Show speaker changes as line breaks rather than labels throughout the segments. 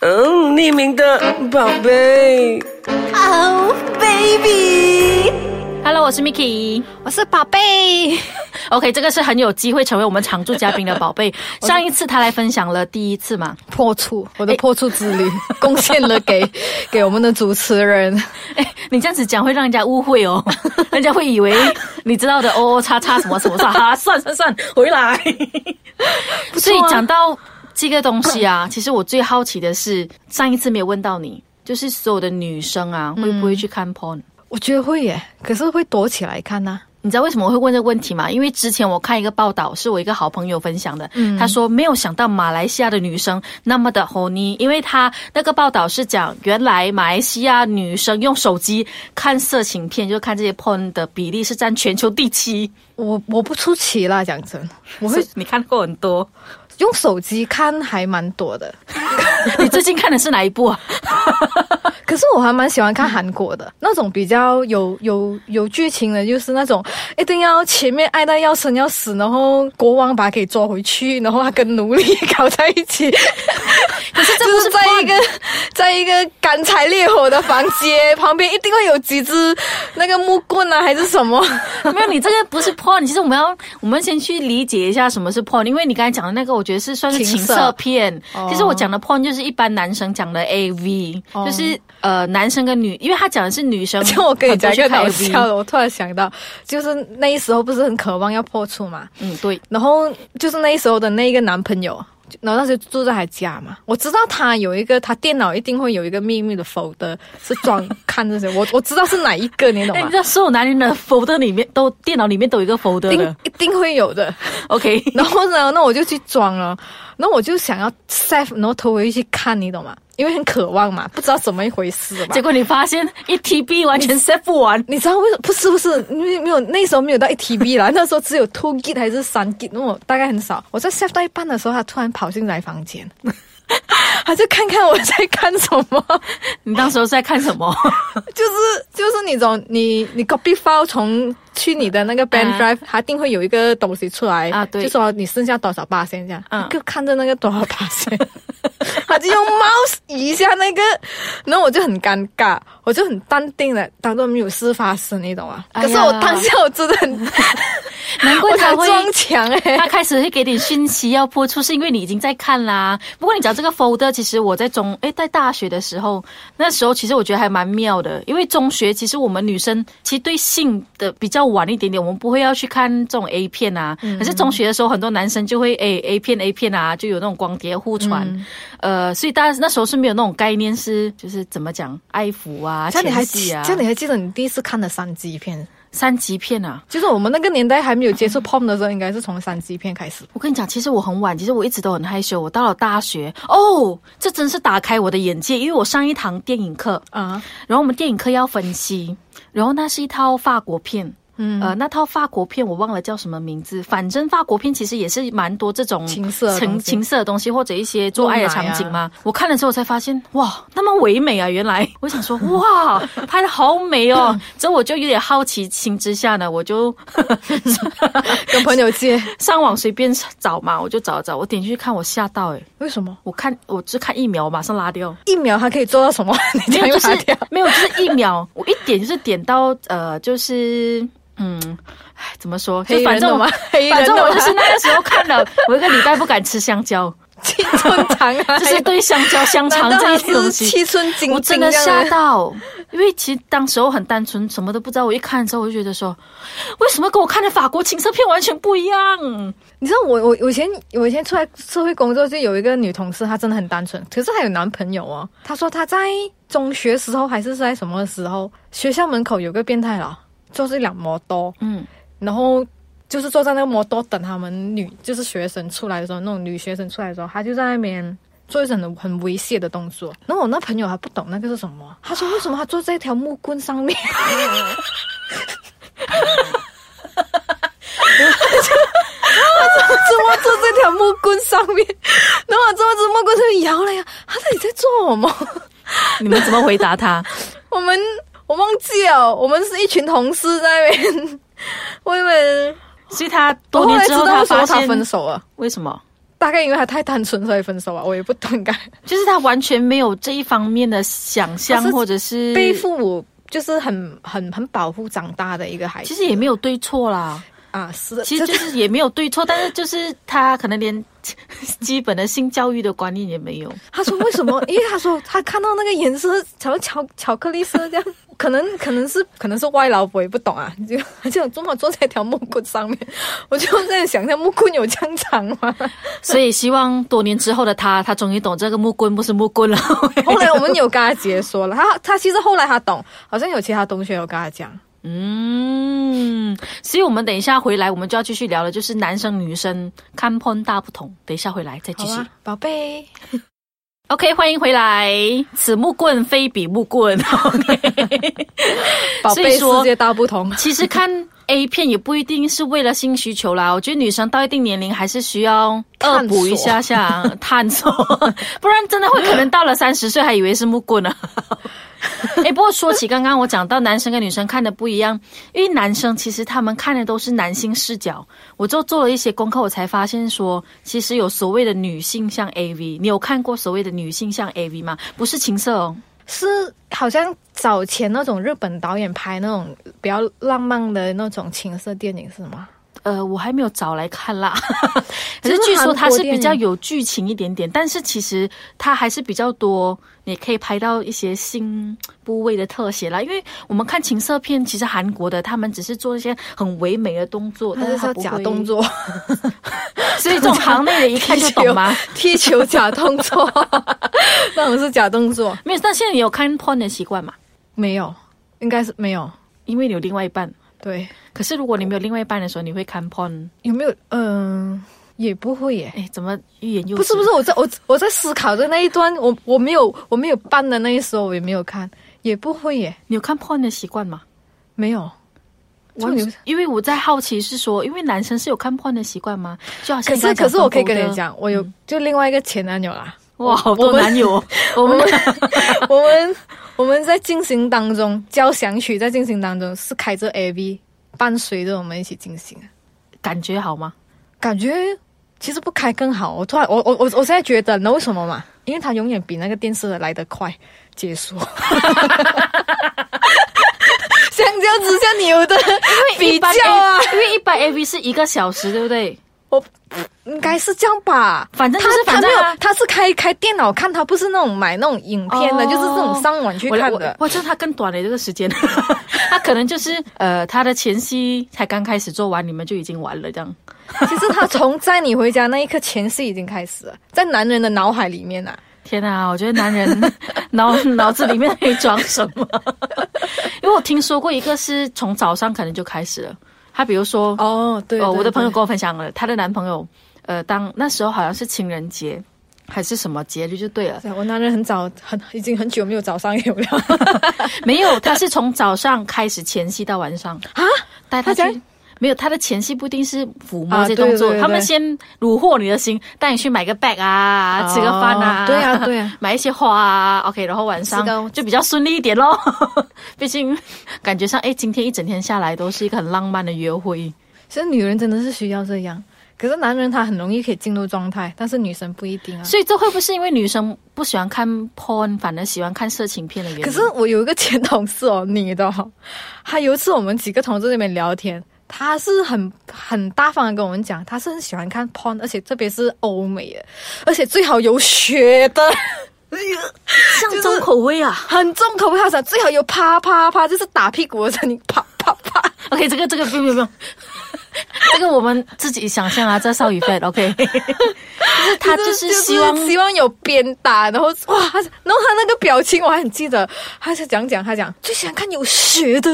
嗯，匿名的宝贝。
Oh baby，
Hello，我是 Miki。
我是宝贝。
OK，这个是很有机会成为我们常驻嘉宾的宝贝。上一次他来分享了第一次嘛，
破处，我的破处之旅、贡献了 给给我们的主持人。
哎，你这样子讲会让人家误会 哦，人家会以为你知道的哦哦叉叉什么 什么啥，哈、算算算，回来。
啊
所以讲到这个东西啊，其实我最好奇的是，上一次没有问到你，就是所有的女生啊，会不
嗯
会去看 porn？、
我觉得会耶，可是会躲起来看呐、啊
你知道为什么会问这个问题吗？因为之前我看一个报道，是我一个好朋友分享的，他说没有想到马来西亚的女生那么的 horny，因为他那个报道是讲，原来马来西亚女生用手机看色情片，就是看这些 porn 的比例是占全球第七。
我我不出奇啦，讲真，我
我
会
会 你看过很多，
用手机看还蛮多的。
你最近看的是哪一部啊？
可是我还蛮喜欢看韩国的、那种比较有有有剧情的，就是那种一定要前面爱到要生要死，然后国王把他给抓回去，然后他跟奴隶搞在一起。 可是这不 是在一个在一个干柴烈火的房间旁边，一定会有几只那个木棍啊，还是什么？
没有，你这个不是 porn。其实我们要，我们先去理解一下什么是 porn，因为你刚才讲的那个，我觉得是算是情
情色哦
色片。其实我讲的 porn 就是一般男生讲的 AV，、就是呃男生跟女，因为他讲的是女生。
就哦我 跟你讲一个搞笑
很多去看 AV。
的，我突然想到，就是那时候不是很渴望要破处嘛，
嗯，对，
然后就是那时候的那一个男朋友，就然后那时候住在他家嘛，我知道他有一个，他电脑一定会有一个秘密的 folder 是装看这些，我我知道是哪一个，你 懂
哎，你
吗
知？道所有男人的 folder 里面都电脑里面都有一个 folder
一
的
定一定会有的。
，OK，
然后呢， 那我就去装了，然后我就想要 save，然后偷回去看，你懂吗？因为很渴望嘛，不知道怎么一回事嘛。
结果你发现一 TB 完全 set 不完，
你知道为什么？不是不是，因为没有那时候没有到一 TB 啦，那时候只有 two gig 还是三 gig，那我大概很少。我在 save 到一半的时候，他突然跑进来房间， 他就看看我在看什么，
你当时候在看什么？
就是就是那种你你 copy file 从去你的那个 band
啊
drive，、它一定会有一个东西出来
啊对
就说你剩下多少八仙这样，
嗯
就看着那个多少八仙， 他就用 mouse 移一下那个，然后我就很尴尬，我就很淡定的当做没有事发生，你懂吗？
哎呀
可是我当下我真的很。
难怪
我
他
才
会
撞墙哎、
他开始会给点讯息要播出，是因为你已经在看啦。不过你讲这个 folder，其实我在中诶，在大学的时候，那时候其实我觉得还蛮妙的，因为中学其实我们女生其实对性的比较晚一点点，我们不会要去看这种 A 片啊。
嗯
可是中学的时候，很多男生就会诶 A 片 A 片啊，就有那种光碟互传，
嗯
呃，所以大家那时候是没有那种概念是就是怎么讲爱抚啊、
像你还
前
记，
戏啊、
像你还记得你第一次看的三级片？
三级片啊。
就是我们那个年代还没有接触 POM 的时候，应该是从三级片开始。
我跟你讲，其实我很晚，其实我一直都很害羞。我到了大学，哦，这真是打开我的眼界，因为我上一堂电影课，
啊，
然后我们电影课要分析，然后那是一套法国片。嗯，呃，那套法国片我忘了叫什么名字，反正法国片其实也是蛮多这种
情色的
情
东西嗯
情色的东西，或者一些做爱的场景
露奶
嘛。我看了之后才发现，哇，那么唯美啊！原来我想说，哇，拍的好美哦。 之后我就有点好奇心之下呢，我就
跟朋友借，
上网随便找嘛，我就找找，我点进去看，我吓到诶、
为什么
我看我只看一秒，我马上拉掉，
一秒它可以做到什么？ 你
没有
这样
就
又
是
拿 掉。
没有就是一秒，我一点就是点到呃就是嗯。唉怎么说？就
黑
反
人
正
的
我
吗， 黑
反
人
正
的
我
吗
就是那个时候看了，我一个礼拜不敢吃香蕉，
七寸长 啊，
就是对香蕉、香肠
难道
这
它
些东
是
西，
七寸金
我真
钉
的
这
吓
样的？
到，因为其实当时候很单纯，什么都不知道。我一看的时候，我就觉得说，为什么跟我看的法国情色片完全不一样？
你知道我我我以前我以前出来社会工作，就有一个女同事，她真的很单纯，可是她有男朋友哦。她说她在中学时候还是在什么时候，学校门口有个变态佬，就是一辆摩托，
嗯，
然后就是坐在那个摩托等他们女就是学生出来的时候，那种女学生出来的时候，她就在那边做一种很很猥亵的动作。然后我那朋友还不懂那个是什么，他说为什么他坐在一条木棍上面？他说怎么坐这条木棍上面？然后我坐这木棍上面摇了呀，他到底在做什么？
你们怎么回答他？
我们我忘记了，我们是一群同事在那边，我以为
所以他
我
多
后
年
来
之
哦知
后，
道为什
发
么他
现
分手了。
为什么？
大概因为他太单纯所以分手吧，我也不懂该
就是他完全没有这一方面的想象，
他是
或者是
被父母就是很很很保护长大的一个孩子。
其实也没有对错啦，
啊，是，
其实
这
就是也没有对错，但是就是他可能连 基本的性教育的观念也没有。
他说为什么？ 因为他说他看到那个颜色，巧巧巧克力色这样， 可能可能是可能是外劳，我也不懂啊。就而且我正好坐在一条木棍上面， 我就在想，那木棍有这样长吗？
所以希望多年之后的他，他终于懂这个木棍不是木棍了。
后来我们有跟他解说了，他他其实后来他懂，好像有其他同学有跟他讲，
嗯，所以我们等一下回来，我们就要继续聊了，就是男生女生看碰大不同。等一下回来再继
好啊
续。
吧，宝贝。
OK，欢迎回来。此木棍非彼木棍。OK，
宝
所以
贝，
说
世界大不同。
其实看 A 片也不一定是为了性需求啦，我觉得女生到一定年龄还是需要恶补一下下探索，不然真的会可能到了三十岁还以为是木棍呢。哎、不过说起刚刚我讲到男生跟女生看的不一样，因为男生其实他们看的都是男性视角，我就做了一些功课，我才发现说，其实有所谓的女性向 AV，你有看过所谓的女性向 AV 吗？不是情色哦，
是好像早前那种日本导演拍那种比较浪漫的那种情色电影是吗？
呃，我还没有找来看 啦，只
可
是
是
据说它
韩国
是比较
电影
有剧情一点点，但是其实它还是比较多，你可以拍到一些新部位的特写啦。因为我们看情色片，其实韩国的他们只是做一些很唯美的动 作，但
那
是它
是叫
不
假
会
动，作，
所以这种行内的一看就懂 吗？
踢球？踢球假动 作，那种是假动作，
没有，但现在你有看 porn 的习惯嘛？
没有，应该是没有。
因为你有另外一半。
对，
可是如果你没有另外一半的时候，你会看 porn？
有没有？嗯、也不会耶。
哎，怎么欲言又止？
不是不是，，我在我我在思考的那一段，我我没有我没有办的那一时候，我也没有看，也不会耶，
你有看 porn 的习惯吗？
没有。
我
就你
因为我在好奇是说，因为男生是有看 porn 的习惯吗？就好像
可
你刚
是
才讲
可是我可以
风
跟
格
你，讲，我有、
嗯
就另外一个前男友啦。
哇，好多
我们
男友哦，我们
我们我们在进行当中，交响曲在进行当中是开着 AV，伴随着我们一起进行，
感觉好吗？
感觉其实不开更好。我突然，我我我我现在觉得，你知道为什么吗？因为它永远比那个电视的来得快结束。 相较之下，你有的比
一般 A-
较啊，
因为一般 A V 是一个小时，对不对？
我应该是这样吧。
反正就是
他
反正
他没
啊
有，他是开开电脑看，他不是那种买那种影片的，
哦
就是这种上网去
我
看
我
的。
哇，就是他更短了欸这个时间， 他可能就是呃，他的前戏才刚开始做完，你们就已经完了这样。
其实他从载你回家那一刻，前世已经开始了，在男人的脑海里面啊，
天啊，我觉得男人 脑脑子里面可以装什么？ 因为我听说过一个是从早上可能就开始了，他比如说
哦，对
哦，我的朋友跟我分享了她的男朋友，呃，当那时候好像是情人节还是什么节日就对了，
我男人很早很已经很久没有早上有 了，
没有，他是从早上开始前戏到晚上啊，带他
他
去
讲。
没有，他的前戏不一定是抚摸
啊
这动作，
对对对
他们先虏获你的心，带你去买个 bag 啊，
哦
吃个饭啊，
对啊对啊，
买一些花啊，OK，然后晚上
是的
就比较顺利一点咯。 毕竟感觉上，哎，今天一整天下来都是一个很浪漫的约会。
其实女人真的是需要这样，可是男人他很容易可以进入状态，但是女生不一定啊。
所以这会不会是因为女生不喜欢看 porn，反而喜欢看色情片的原因？
可是我有一个前同事哦，女的、哦，她有一次我们几个同事在那边聊天，她是很很大方的跟我们讲，她是很喜欢看 porn，而且特别是欧美的，而且最好有血的。
像重口味啊、
很重口味，他想最好有啪啪啪，就是打屁股的声音，啪啪啪。
OK，这个这个不用不用 不用，这个我们自己想象啊，在少雨飞 OK，就是他就是希望
就是希望有鞭打，然后哇，他然后他那个表情我还很记得，他是讲讲他讲最喜欢看有血的，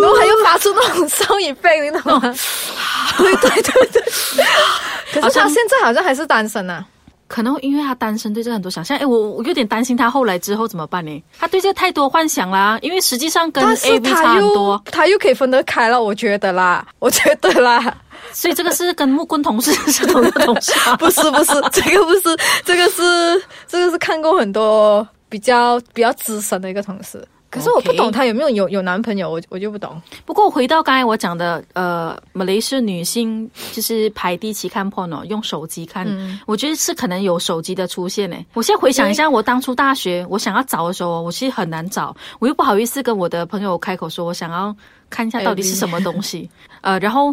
然后他又发出那种声音背，你懂 吗？对对对对。 可
好
是
像
他现在好像还是单身啊。
可能因为他单身，对这个很多想象。哎，我我有点担心他后来之后怎么办呢？他对这个太多幻想啦，因为实际上跟
但是
AV 差
他
很
又
多，
他又可以分得开了，我觉得啦，我觉得啦。
所以这个是跟木棍同事是同一个 同事啊。
不是不是，这个不是，这个是这个是看过很多比较比较资深的一个同事。可是我不
OK
懂她有没有有有男朋友，我我就不懂。
不过回到刚才我讲的，呃，马来西亚女性就是排第期看 porn 哦，用手机看，我觉得是可能有手机的出现诶。我现在回想一下，我当初大学我想要找的时候，我其实很难找，我又不好意思跟我的朋友开口说我想要看一下到底是什么东西，呃，然 后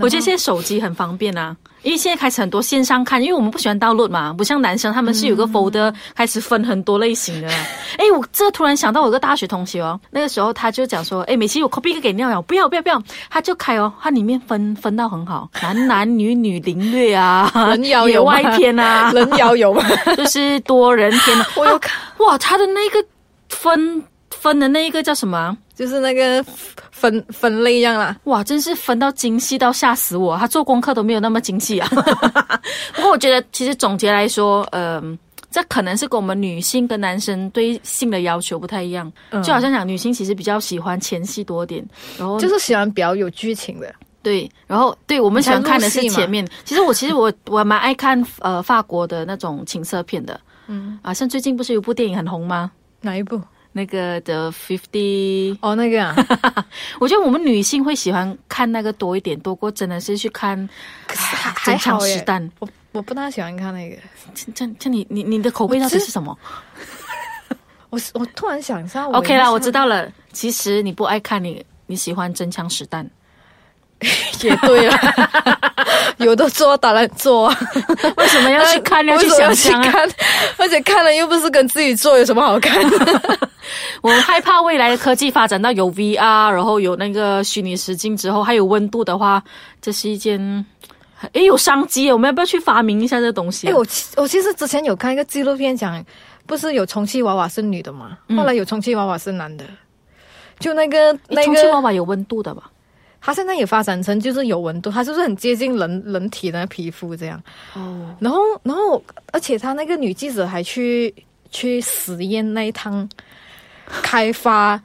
我觉得现在手机很方便啊。因为现在开始很多线上看，因为我们不喜欢 download 嘛，不像男生他们是有
嗯
个 folder 开始分很多类型的。 哎，我这突然想到我有个大学同学哦，那个时候他就讲说，哎，美琪我 copy 一个给尿尿，不要不要不要，他就开哦，他里面分分到很好，男男女女凌虐啊，
人 妖
野
有吗
外篇 啊，
人妖有吗？
就是多人篇啊。
我有
啊哇，他的那个分分的那一个叫什么啊？
就是那个分分类一样啦。
哇，真是分到精细到吓死我！他做功课都没有那么精细 啊。不过我觉得，其实总结来说，嗯、这可能是跟我们女性跟男生对性的要求不太一样。就好像讲，女性其实比较喜欢前戏多点，然后
就是喜欢比较有剧情的，
对，然后对我们喜欢看的是前面。其实我其实我我还蛮爱看呃法国的那种情色片的。嗯啊，像最近不是有部电影很红吗？
哪一部？
那个的 Fifty
哦，那 个啊，
我觉得我们女性会喜欢看那个多一点，多过真的是去看唉
还
真
好
枪
耶
实弹。
我我不大喜欢看那个。
这这这你你你的口味到底是什么
我是我突然想一下我啊
？OK 啦，我知
道
道了。其实你不爱看你，你喜欢真枪实弹。
也对啊，有的做当然做啊，
为什么要去看？ 要去
为什么
想象
去
啊！
看，而且看了又不是跟自己做，有什么好看？
我害怕未来的科技发展到有 VR，然后有那个虚拟实境之后，还有温度的话，这是一件诶有商机耶。我们要不要去发明一下这东西
哎、
啊、
我其我其实之前有看一个纪录片讲，不是有充气娃娃是女的嘛，后来有充气娃娃是男的，就那个
嗯诶
那
充气娃
个，
娃有温度的吧？
它现在也发展成就是有温度，它就是很接近人人体的皮肤这样。
哦，
然后，然后，而且他那个女记者还去去实验那一趟开发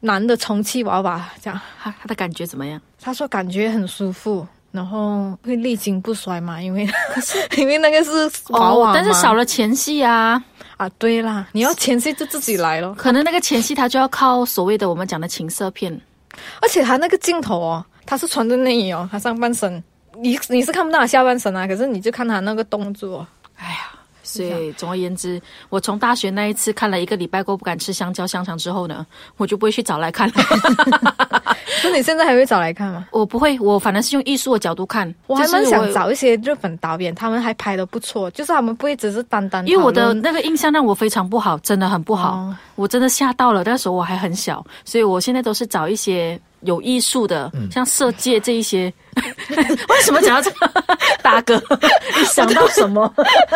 男的充气娃娃，这样
它它的感觉怎么样？
他说感觉很舒服，然后会历经不衰嘛，因为可是 因为那个是娃娃、
哦，但是少
了
了前戏啊。
啊，对啦，你要前期就自己来咯。
可能那个前戏他就要靠所谓的我们讲的情色片，
而且他那个镜头哦，他是穿着内衣哦，他上半身。你你是看不到他下半身啊，可是你就看他那个动作，哦
哎呀。所
啊
以，总而言之，我从大学那一次看了一个礼拜过不敢吃香蕉、香肠之后呢，我就不会去找来看 了。
那你现在还会找来看吗？
我不会，我反正是用艺术的角度看。
我还蛮
就是
想找一些日本导演，他们还拍的不错，就是他们不会只是单单
因为我
讨
的
论
那个印象让我非常不好，真的很不好，
哦
我真的吓到了。那时候我还很小，所以我现在都是找一些有艺术的，
嗯
像色戒这一些。 为什么讲到这个？ 大哥，你想到什么？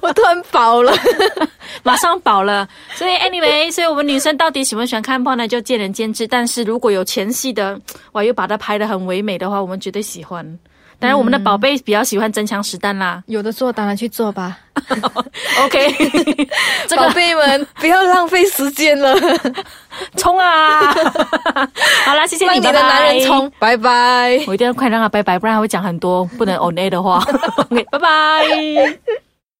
我突然饱了，
马上饱了。所以 anyway，所以我们女生到底喜不喜欢看 porn 呢，就见仁见智。但是如果有前戏的，哇，又把它拍得很唯美的话，我们绝对喜欢。当然，我们的宝贝比较喜欢真枪实弹啦。
有的做当然去做吧，
OK，这
宝
个
贝们不要浪费时间 了，
冲啊！好啦，谢谢
让
你，
你的
拜拜
男人冲。，拜拜。
我一定要快让他拜拜，不然他会讲很多不能 on air 的话。OK，拜拜。